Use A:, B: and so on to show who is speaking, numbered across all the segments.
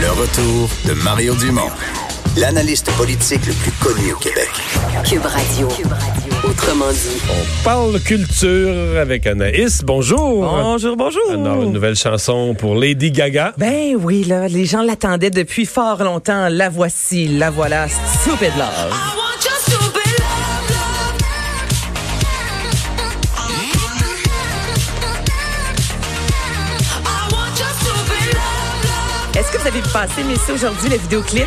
A: Le retour de Mario Dumont, l'analyste politique le plus connu au Québec.
B: Cube Radio. Cube Radio. Autrement dit,
C: On parle culture avec Anaïs. Bonjour.
D: Bonjour, bonjour.
C: Alors, une nouvelle chanson pour Lady Gaga.
D: Ben oui, là, les gens l'attendaient depuis fort longtemps. La voici, la voilà, Stupid Love.
E: I want your stupid love, love, I want your stupid love, love.
D: Est-ce que vous avez vu passer, messieurs, aujourd'hui, le vidéoclip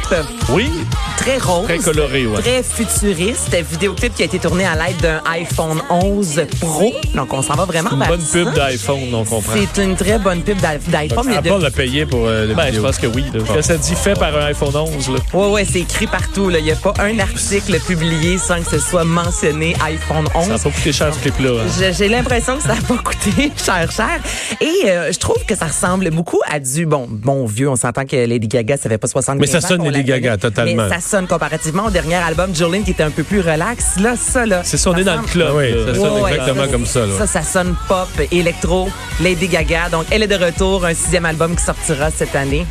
C: Oui.
D: très rose,
C: Très coloré, ouais.
D: très futuriste, vidéoclip qui a été tourné à l'aide d'un iPhone 11 Pro. Donc, on s'en va vraiment
C: Une
F: Bah,
D: vers
C: bonne
D: ça.
C: pub d'iPhone, on comprend.
D: C'est une très bonne pub d'i- d'iPhone. mais de-
C: Apple l'a payé pour euh, le
F: Ben, je pense que oui. là.
C: que ça dit fait par un iPhone 11. Là.
D: Ouais, ouais, c'est écrit partout. là. Il n'y a pas un article publié sans que ce soit mentionné iPhone 11.
C: Ça n'a pas coûté cher ce clip-là. hein.
D: Je- J'ai l'impression que ça va coûter cher, cher. Et euh, je trouve que ça ressemble beaucoup à du bon, bon vieux. On s'entend que Lady Gaga, ça fait pas 75
C: Mais ça
D: ans
C: sonne
D: qu'on la
C: Lady Gaga,
D: connaît.
C: totalement.
D: Mais ça sonne comparativement au dernier album Jolene qui était un peu plus relax. Là, ça, là.
C: C'est sonné
D: ça
C: dans le
D: ressemble-
C: club.
F: Ah oui,
C: là.
F: ça
C: Ça sonne
D: Ouais, ouais,
C: exactement comme ça. là.
D: Ça, ça sonne pop, électro, Lady Gaga. Donc, elle est de retour, un sixième album qui sortira cette année.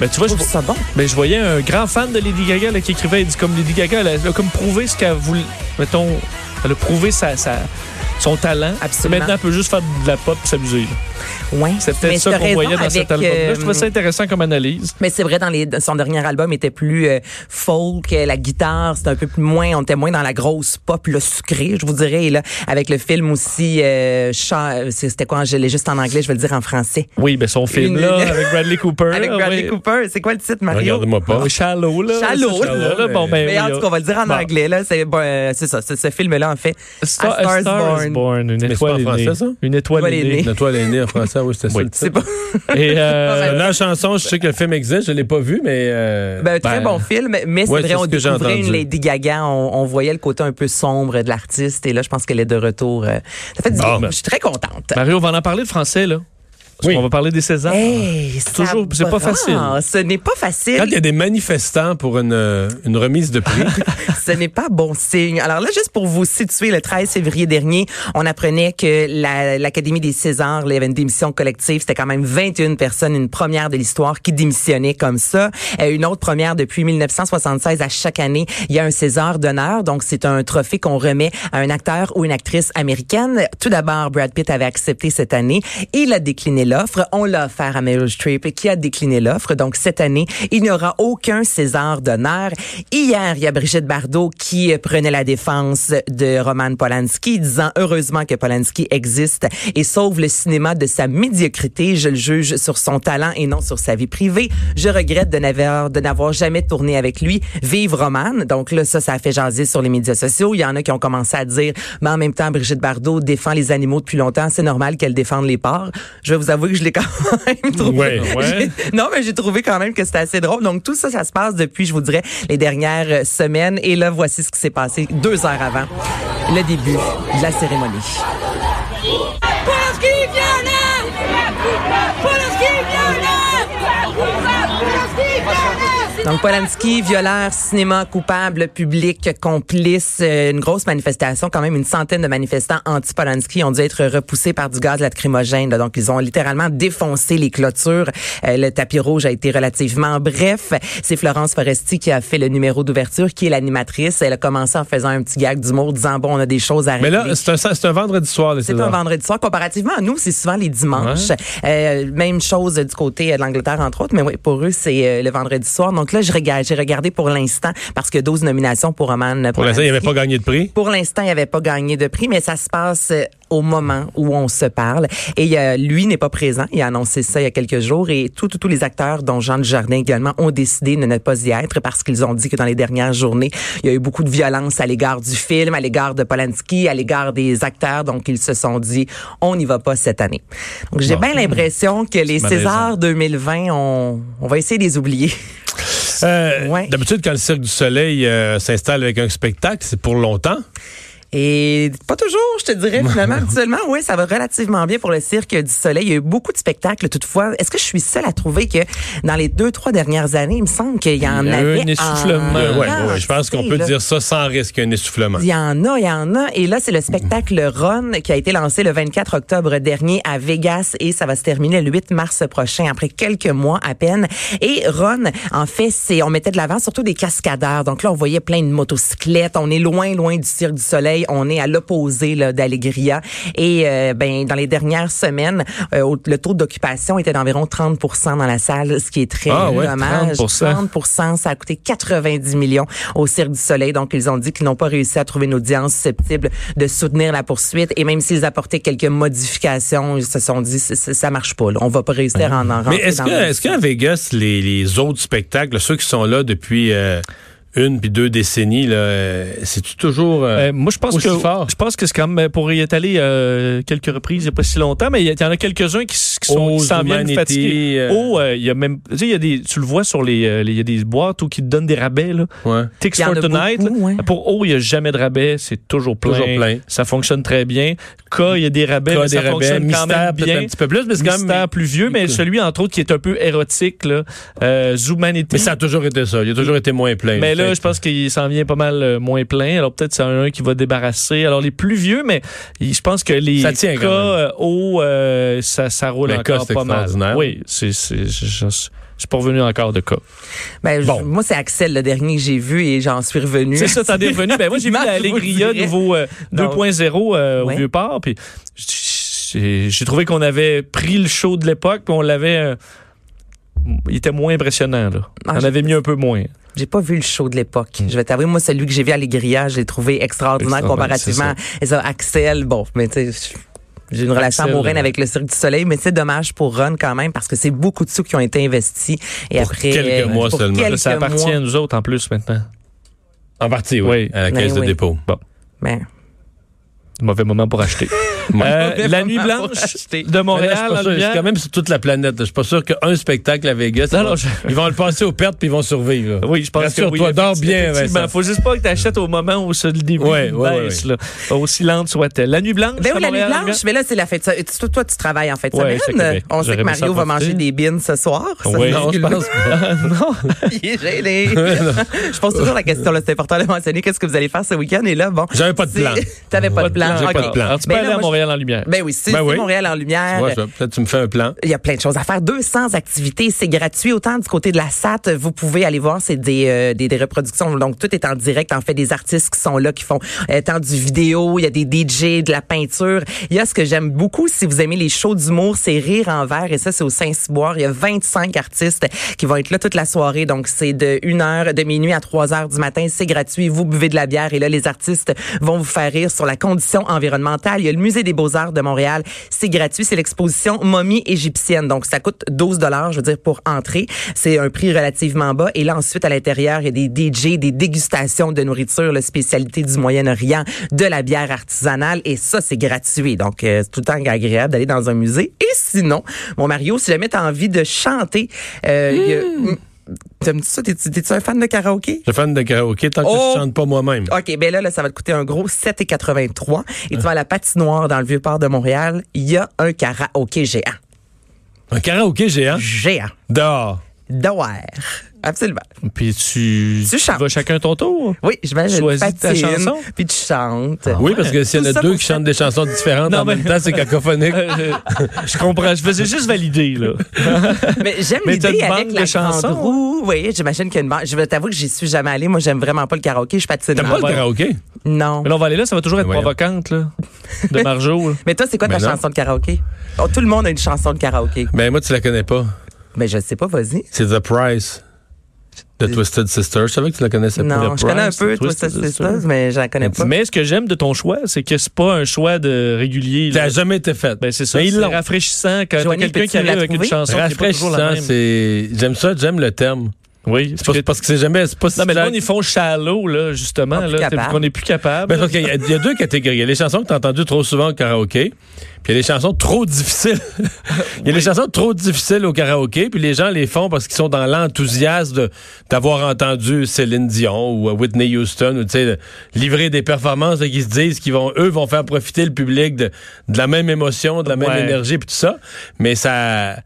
F: Mais Ben, tu vois,
D: Je
F: je,
D: trouve ça bon.
F: mais je voyais un grand fan de Lady Gaga là, qui écrivait, il dit comme Lady Gaga, elle a, elle a comme prouvé ce qu'elle voulait, mettons, elle a prouvé sa, sa- son talent.
D: Absolument.
F: Maintenant, elle peut juste faire de la pop et s'amuser. là.
D: Ouais.
F: C'est
D: Mais
F: peut-être
D: t'as
F: ça qu'on
D: raison
F: voyait dans
D: avec,
F: cet album-là.
D: euh,
F: Je trouvais ça intéressant comme analyse.
D: Mais c'est vrai, dans les, son dernier album était plus euh, folk, euh, la guitare, c'était un peu plus moins, on était moins dans la grosse pop, le sucré, je vous dirais. Et là, avec le film aussi, euh, Cha- euh, c'est- c'était quoi, je l'ai juste en anglais, je vais le dire en français.
F: Oui, ben son film
D: Une-
F: là, avec Bradley Cooper.
D: Avec
F: là,
D: Bradley
F: oui.
D: Cooper, c'est quoi le titre, Mario?
C: Regarde-moi pas.
F: Ah, Shallow, là.
D: Shallow.
F: C'est Shallow, là. Bon, ben,
D: Mais en
F: oui,
D: tout cas, on va le dire en
F: Bon.
D: anglais, là, c'est bon, euh, c'est ça, c'est ce film-là, en fait.
F: Star,
D: A Star
F: A
D: is
F: Star is
D: Born.
F: Born, une
C: c'est
F: étoile
C: pas en
F: est née.
C: français, ça?
F: Une étoile est née.
C: Une étoile est née en français, oui, c'était ça.
F: Oui.
C: le titre.
D: C'est pas
F: Et, euh,
C: Euh, la chanson, je sais que le film existe, je ne l'ai pas vu, mais. euh,
D: ben, un très
C: ben,
D: bon film, mais c'est
C: ouais,
D: vrai,
C: c'est
D: on
C: ce que j'ai
D: découvrait une
C: entendu.
D: Lady Gaga, on, on voyait le côté un peu sombre de l'artiste, et là, je pense qu'elle est de retour. euh, ça fait du
C: Bon.
D: bien. Je suis très contente.
F: Mario, on va en parler de français, là. Parce
C: Oui.
F: qu'on va parler des Césars.
D: Hey, ça
F: toujours- c'est pas
D: brasse.
F: facile.
D: Ce n'est pas
C: Quand il y
D: facile.
C: a des manifestants pour une, euh, une remise de prix,
D: ce n'est pas bon signe. Alors là, juste pour vous situer, le 13 février dernier, on apprenait que la- l'Académie des Césars, l'événement d'émission collective, c'était quand même 21 personnes, une première de l'histoire qui démissionnait comme ça. Euh, une autre première depuis 1976. À chaque année, il y a un César d'honneur. Donc, c'est un trophée qu'on remet à un acteur ou une actrice américaine. Tout d'abord, Brad Pitt avait accepté cette année. Il a décliné l'offre. On l'a offert à Meryl Streep qui a décliné l'offre. Donc, cette année, il n'y aura aucun César d'honneur. Hier, il y a Brigitte Bardot qui euh, prenait la défense de Roman Polanski, disant heureusement que Polanski existe et sauve le cinéma de sa médiocrité. Je le juge sur son talent et non sur sa vie privée. Je regrette de n'avoir, de n'avoir jamais tourné avec lui. Vive Roman. Donc là, ça, ça a fait jaser sur les médias sociaux. Il y en a qui ont commencé à dire, mais en même temps, Brigitte Bardot défend les animaux depuis longtemps. C'est normal qu'elle défende les porcs. Je vais vous avouer que je l'ai quand même trouvé.
C: Ouais,
F: ouais.
D: j'ai- Non, mais j'ai trouvé quand même que c'était assez drôle. Donc tout ça, ça se passe depuis, je vous dirais, les dernières euh, semaines. Et là, voici ce qui s'est passé deux heures avant le début de la cérémonie.
G: Polski Wianek! Polski Wianek! Polski Wianek!
D: Donc, Polanski, violeur, cinéma coupable, public complice, euh, une grosse manifestation, quand même une centaine de manifestants anti-Polanski ont dû être repoussés par du gaz lacrymogène. là. Donc, ils ont littéralement défoncé les clôtures. Euh, le tapis rouge a été relativement bref. C'est Florence Foresti qui a fait le numéro d'ouverture, qui est l'animatrice. Elle a commencé en faisant un petit gag d'humour, disant, bon, on a des choses à
C: mais
D: régler.
C: là, c'est un, c'est un vendredi soir, les
D: C'est
C: Césars.
D: un vendredi soir. Comparativement à nous, c'est souvent les dimanches. Euh, même chose euh, du côté euh, de l'Angleterre, entre autres. Mais oui, pour eux, c'est euh, le vendredi soir. Donc là, je regarde- j'ai regardé pour l'instant parce que 12 nominations pour Roman
C: Pour l'instant, il n'avait pas gagné de prix.
D: Pour l'instant, il n'avait pas gagné de prix, mais ça se passe euh, au moment où on se parle. Et euh, lui n'est pas présent. Il a annoncé ça il y a quelques jours. Et tous tous- tous les acteurs, dont Jean Dujardin également, ont décidé de ne pas y être parce qu'ils ont dit que dans les dernières journées, il y a eu beaucoup de violence à l'égard du film, à l'égard de Polanski, à l'égard des acteurs. Donc, ils se sont dit, on n'y va pas cette année. Donc, j'ai bien l'impression que les
F: malaisant.
D: Césars 2020, on, on va essayer de les oublier.
C: Euh,
D: Ouais.
C: D'habitude, quand le Cirque du Soleil euh, s'installe avec un spectacle, c'est pour longtemps.
D: Et pas toujours, je te dirais finalement. Habituellement, oui, ça va relativement bien pour le cirque du soleil. Il y a eu beaucoup de spectacles toutefois. Est-ce que je suis seule à trouver que dans les deux, trois dernières années, il me semble qu'il y en
F: Il y a eu
D: avait.
F: un essoufflement.
D: en
F: Euh,
C: Ouais,
D: quantité,
C: ouais, je pense qu'on peut
D: Ah, là.
C: dire ça sans risque, un essoufflement.
D: Il y en a, il y en a. Et là, c'est le spectacle Run qui a été lancé le 24 octobre dernier à Vegas et ça va se terminer le 8 mars prochain, après quelques mois à peine. Et Run, en fait, c'est on mettait de l'avant surtout des cascadeurs. Donc là, on voyait plein de motocyclettes. On est loin, loin du Cirque du Soleil. On est à l'opposé là, d'Allegria. Et euh, ben dans les dernières semaines, euh, au- le taux d'occupation était d'environ 30 dans la salle, ce qui est très
F: Ah ouais,
D: dommage.
F: 30%.
D: 30 ça a coûté 90 millions au Cirque du Soleil. Donc, ils ont dit qu'ils n'ont pas réussi à trouver une audience susceptible de soutenir la poursuite. Et même s'ils apportaient quelques modifications, ils se sont dit, C- c- ça marche pas. là. On va pas réussir à en rentrer.
C: Mais est-ce
D: dans
C: que,
D: le-
C: est-ce qu'à Vegas, les, les autres spectacles, ceux qui sont là depuis euh, une puis deux décennies, là, euh, c'est-tu toujours euh,
F: Euh, moi, je pense
C: aussi
F: que
C: fort?
F: je pense que c'est quand même pour y être allé euh, quelques reprises, il n'y a pas si longtemps, mais il y, il y en a quelques-uns qui, s- qui sont
C: Ose
F: qui s'en viennent
C: Humanity,
F: fatigués.
C: euh,
F: Oh, euh, il y a même, tu sais, il y a des, tu le vois sur les, euh, les- il y a des boîtes où qui te donnent des rabais là.
C: Ouais.
F: Tix
D: Il y en
F: for
D: a
F: Tonight.
D: beaucoup,
F: là.
D: ouais.
F: Pour O, il n'y a jamais de rabais, c'est toujours plein.
C: Toujours plein.
F: Ça fonctionne très bien. K, il y a des rabais,
C: Cas
F: mais ça
C: des rabais,
F: fonctionne
C: Mystère,
F: quand même
C: peut-être
F: bien.
C: un petit peu plus, mais c'est quand même-
F: Mystère plus vieux, mais celui, entre autres, qui est un peu érotique, là, euh, Zoomanity.
C: Mais ça hein. a toujours été ça. Il a toujours été moins plein.
F: Mais là, je pense qu'il s'en vient pas mal euh, moins plein. Alors peut-être c'est un qui va débarrasser. Alors les plus vieux, mais il- je pense que les
C: Ça tient quand
F: cas
C: même.
F: euh, hauts, euh, ça, ça roule
C: Mais cas,
F: encore
C: c'est
F: pas mal.
C: extraordinaire.
F: Oui, c'est c'est- je- je- je suis pas revenu encore de cas.
D: Ben, je-
C: Bon.
D: moi, c'est Axel, le dernier que j'ai vu et j'en suis revenu.
F: C'est ça, t'en es revenu. Ben moi j'ai vu
D: Rapidement,
F: la
D: je vous le
F: Allegria
D: dirais.
F: nouveau euh,
D: Donc,
F: 2.0 euh,
D: ouais.
F: au vieux port. Puis j'ai j'ai trouvé qu'on avait pris le show de l'époque, puis on l'avait. euh, il était moins impressionnant là.
D: Ah,
F: on
D: j'ai-
F: avait mis un peu moins.
D: J'ai pas vu le show de l'époque. Je vais t'avouer, moi, celui que j'ai vu à l'Aigria, je l'ai trouvé extraordinaire
F: Extraordinaire,
D: comparativement à ça, Axel. Bon, mais tu sais, j'ai une relation
F: Axel,
D: amoureuse
F: euh,
D: avec le Cirque du Soleil, mais c'est dommage pour Ron quand même parce que c'est beaucoup de sous qui ont été investis. Et
C: Pour
D: après,
C: quelques
D: euh,
C: mois
D: pour
C: seulement.
D: quelques
F: Ça appartient
D: mois.
F: à nous autres en plus maintenant.
C: en partie, oui,
F: Oui.
C: à la
D: Mais
C: caisse de
D: oui.
C: dépôt.
F: Bon.
D: Ben,
F: Mauvais moment pour acheter. Euh,
D: Mauvais
F: la
D: moment
F: nuit
D: pour
F: blanche
D: acheter.
F: de
C: Mais là, je suis
F: Montréal.
C: pas
F: en
C: sûr.
F: lumière.
C: C'est quand même sur toute la planète. là. Je suis pas sûr qu'un spectacle à Vegas,
F: Non, non, je-
C: ils vont le passer aux pertes puis ils vont survivre. là.
F: Oui, je pense que
C: Rassure-toi,
F: oui,
C: dors
F: effecti-
C: bien.
F: effectivement.
C: Vincent.
F: faut juste pas que tu achètes au moment où c'est le début
C: Ouais,
F: d'une
C: ouais, ouais,
F: baisse, là. aussi lente soit-elle. La nuit blanche.
D: Ben
F: de
D: oui, la nuit
F: Montréal, en
D: blanche, mais là, c'est la fête. ça- tu- Toi, toi, tu travailles en fait.
F: Ouais, c'est
D: semaine.
F: Québec.
D: On sait
F: J'aurais
D: que
F: aimé ça
D: Mario va
F: profiter.
D: manger des beans ce soir. Ça, c'est
F: Ouais.
C: Non, je
D: rigolo.
C: pense pas.
D: Il est gêné. je pose toujours la question, là, c'est important de mentionner qu'est-ce que vous allez faire ce week-end. Et là, bon.
C: J'avais pas de
D: c'est-
C: plan.
D: T'avais pas de plan.
C: J'ai pas
D: ok.
C: de plan.
F: Alors, tu
D: Ben
F: peux
D: là,
F: aller à
D: moi, je-
F: Montréal en lumière.
D: Ben oui, si
C: Ben
D: c'est
C: oui.
D: Montréal en lumière.
C: Tu vois, ça, peut-être tu me fais un plan.
D: Il y a plein de choses à faire. 200 activités, c'est gratuit. Autant du côté de la SAT, vous pouvez aller voir, c'est des, euh, des, des reproductions. Donc, tout est en direct. En fait, des artistes qui sont là, qui font euh, tant du vidéo, il y a des DJ, de la peinture. Il y a ce que j'aime beaucoup, si vous aimez les shows d'humour, c'est Rire en verre. Et ça, c'est au Saint-Cyboire. Il y a 25 artistes qui vont être là toute la soirée. Donc, c'est de 1h, de minuit à 3h du matin. C'est gratuit. Vous buvez de la bière. Et là, les artistes vont vous faire rire sur la condition environnementale. Il y a le Musée des Beaux-Arts de Montréal. C'est gratuit. C'est l'exposition Momie égyptienne. Donc, ça coûte 12 dollars, je veux dire, pour entrer. C'est un prix relativement bas. Et là, ensuite, à l'intérieur, il y a des DJ, des dégustations de nourriture, la spécialité du Moyen-Orient, de la bière artisanale. Et ça, c'est gratuit. Donc, euh, c'est tout le temps agréable d'aller dans un musée. Et sinon, mon Mario, si jamais tu as envie de chanter, euh, il y a- T'aimes-tu ça? T'es-tu t'es-tu un fan de karaoké?
C: Je suis fan de karaoké tant que
D: Oh!
C: je chante pas moi-même.
D: OK, ben là, là, ça va te coûter un gros 7,83. Et tu vas à la patinoire dans le Vieux-Port de Montréal. Il y a un karaoké géant.
C: Un karaoké géant.
D: Géant.
C: Dehors.
D: D'Ower. Absolument.
F: Puis tu,
D: Tu chantes.
F: vas chacun ton tour.
D: Oui, je vais je
F: Choisis ta
D: patine,
F: chanson? Ah.
D: Puis tu chantes.
C: Oui, parce que s'il y en
D: Tout
C: a
D: ça
C: deux
D: pour
C: qui chantent des chansons différentes
F: Non,
C: en
F: mais-
C: même temps, c'est cacophonique.
F: Euh, je comprends. Je faisais juste valider, là.
D: Mais j'aime
F: Mais t'as
D: l'idée
F: une
D: avec
F: banque
D: la
F: de chansons?
D: grande roue. Oui, j'imagine qu'il y a une banque. Je vais t'avouer que j'y suis jamais allée. Moi, j'aime vraiment pas le karaoké. Je patine.
C: T'aimes pas le
F: Ah ouais.
C: karaoké?
D: Non.
F: Mais là, on va aller là, ça va toujours être
C: Voyons.
F: provocante, là. De Marjo, là.
D: Mais toi, c'est quoi ta
C: Mais non.
D: chanson de karaoké? Oh, tout le monde a une chanson de karaoké.
C: Ben moi, tu la connais pas.
D: Mais je sais pas, vas-y.
C: C'est The Price de Twisted Sister. Je savais que tu la connaissais pas.
D: Non,
C: The
D: je connais un
F: Price,
D: peu
F: The Twisted
D: Twisted
F: Sister.
D: Sisters, mais je la connais pas.
F: Mais ce que j'aime de ton choix, c'est que c'est pas un choix de régulier.
C: Ça
F: là.
C: n'a jamais été fait.
F: Ben, c'est ça.
C: Mais ils
F: C'est
C: l'ont.
F: rafraîchissant quand t'as
D: Joanie,
F: quelqu'un
D: peux-tu
F: qui
D: nous
F: arrive
D: la
F: avec une
D: trouver?
F: chanson qui est pas toujours la
C: Rafraîchissant,
F: même.
C: c'est. J'aime ça, j'aime le terme.
F: Oui.
C: C'est pas- parce que c'est jamais. C'est pas si
F: Non, mais là,
C: long.
F: on ils font shallow, là, justement.
D: On est Ah, plus
F: là, t'es-
D: capable.
F: qu'on n'est plus capable.
C: Ben, parce qu'il y, a- il y a deux catégories. Il y a les chansons que tu as entendues trop souvent au karaoké, puis il y a les chansons trop difficiles. il y a les chansons trop difficiles au karaoké, puis les gens les font parce qu'ils sont dans l'enthousiasme de- d'avoir entendu Céline Dion ou euh, Whitney Houston, ou tu sais, livrer des performances et qu'ils se disent qu'ils vont, eux, vont faire profiter le public de, de la même émotion, de la même
F: Ouais.
C: énergie, puis tout ça. Mais ça.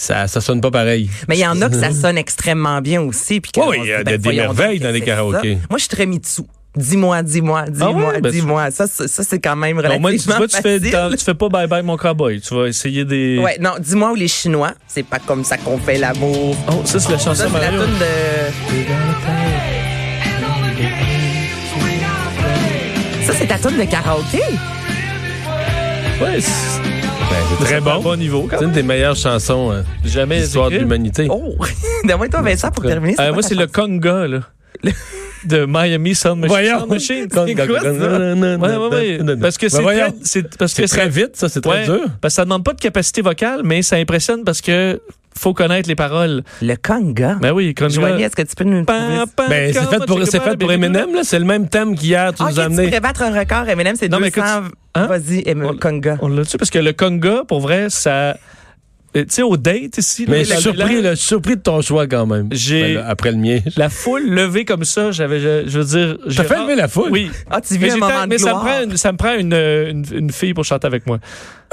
C: Ça, ça sonne pas pareil.
D: Mais il y en a que ça
F: Mhm.
D: sonne extrêmement bien aussi. Puis que
C: Oui,
D: on
C: oui,
D: se dit,
C: il y a
D: ben,
C: des
D: voyons
C: merveilles
D: donc,
C: dans les
D: qu'est-ce que c'est
C: karaokés.
D: ça? Moi, je suis très mitsu. Dis-moi, dis-moi, dis-moi,
F: ouais, ben,
D: dis-moi. Ça, c'est- ça, c'est quand même
F: Au
D: relativement
F: moins, tu, tu vois, tu fais,
D: facile.
F: t'en- tu fais pas bye-bye mon cowboy. Tu vas essayer des...
D: Ouais, non, dis-moi où les Chinois. C'est pas comme ça qu'on fait l'amour.
F: Oh, ça, c'est la
D: Ça,
F: chanson
D: c'est la
F: Mario.
D: tune de. Ça, c'est ta tune de karaoké.
F: Ouais, c'est
C: c'est très
F: à
C: bon.
F: bon niveau, quand
C: C'est une
F: même.
C: des meilleures chansons euh, de
F: Jamais
C: l'histoire de
F: écrit.
C: l'humanité.
D: Oh! Donne-moi-toi, Vincent, pour terminer.
F: Euh,
D: quoi
F: moi,
D: ta
F: c'est le
D: chanson?
F: conga, là. De Miami Sound Machine.
C: Voyons.
F: Sound Machine.
C: Conga,
F: quoi,
C: conga,
F: ça?
C: nanana,
F: Ouais, ouais, ouais.
C: nanana.
F: Parce que
C: Ben
F: c'est
C: voyons.
F: très, c'est- parce que
C: C'est très vite, ça, c'est très
F: ouais,
C: dur.
F: Parce que ça demande pas de capacité vocale, mais ça impressionne parce que faut connaître les paroles.
D: Le conga.
F: Ben oui, conga.
D: Joanie, est-ce que tu peux nous. trouver ça?
C: Ben, c'est fait pour, c'est fait pour Eminem, là. C'est le même thème qu'hier, tu
D: Ah, ok,
C: nous as
D: tu
C: amené.
D: pourrais battre un record. Eminem, c'est
F: Non, mais
D: 200.
F: écoute, hein?
D: Vas-y, Em-
F: On-
D: conga.
F: On l'a tu parce que le conga, pour vrai, ça. euh, Tu sais, au date ici. là,
C: Mais je
F: dans
C: suis
F: le
C: surpris,
F: village,
C: là, je suis surpris de ton choix quand même. Ben,
F: J'ai-
C: là, après le mien.
F: La foule levée comme ça, j'avais, je, je veux dire. j'ai
C: fait
F: rare-
C: lever la foule?
F: Oui.
D: Ah, tu
F: Mais,
D: vis un
F: j'étais-
D: moment de
F: mais ça me
D: gloire.
F: prend, une, ça me prend une, euh, une, une fille pour chanter avec moi.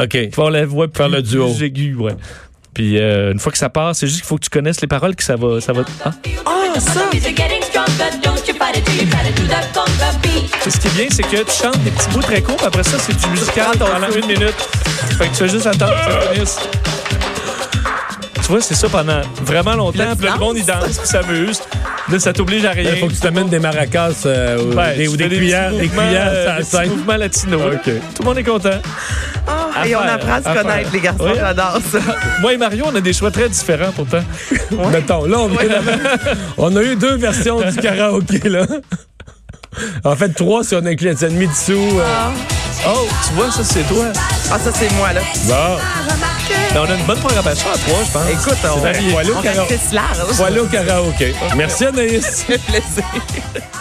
C: OK.
F: Pour avoir la voix plus,
C: Faire le duo.
F: plus aiguë, ouais. Puis euh, une fois que ça part, c'est juste qu'il faut que tu connaisses les paroles que ça va. Ça va ah.
D: Ah, ça!
E: Beats are getting stronger. Don't you fight it till you try to do that conga beat.
F: Ce qui est bien, c'est que tu chantes des petits bouts très courts, puis après ça, c'est du musical pendant une minute. Fait que tu fais juste attendre que ça finisse. Tu vois, c'est ça pendant vraiment
D: Là,
F: longtemps.
D: tu
F: Puis là, le monde, il danse, puis s'amuse. Là, ça t'oblige à rien.
C: Il faut que tu t'amènes des maracas euh, ou,
F: Ouais,
C: des,
F: tu
C: ou
F: fais
C: des
F: petits
C: cuillères, des
F: mouvements, euh,
C: cuillères,
F: des
C: ça
F: petits
C: scène.
F: mouvements latinos.
C: OK.
F: Tout le monde est content.
D: Ah, et on
F: Affaire,
D: apprend à se
F: affaire.
D: connaître, les garçons.
F: Oui.
D: J'adore ça.
F: Moi et Mario, on a des choix très différents pourtant.
C: Mettons, là, on, vient d'avoir- on a eu deux versions du karaoké, là. En fait, trois si on inclut les ennemis dessous. euh,
F: Oh, tu vois, ça, c'est toi.
D: Ah, ça, c'est moi, là.
C: Bon.
F: Ben, on a une bonne programmation à trois, je pense.
D: Écoute, on,
C: bien, faut aller au
D: on
C: karaoké.
D: reste large.
C: Voilà au karaoké. Merci, Anaïs.
D: Plaisir.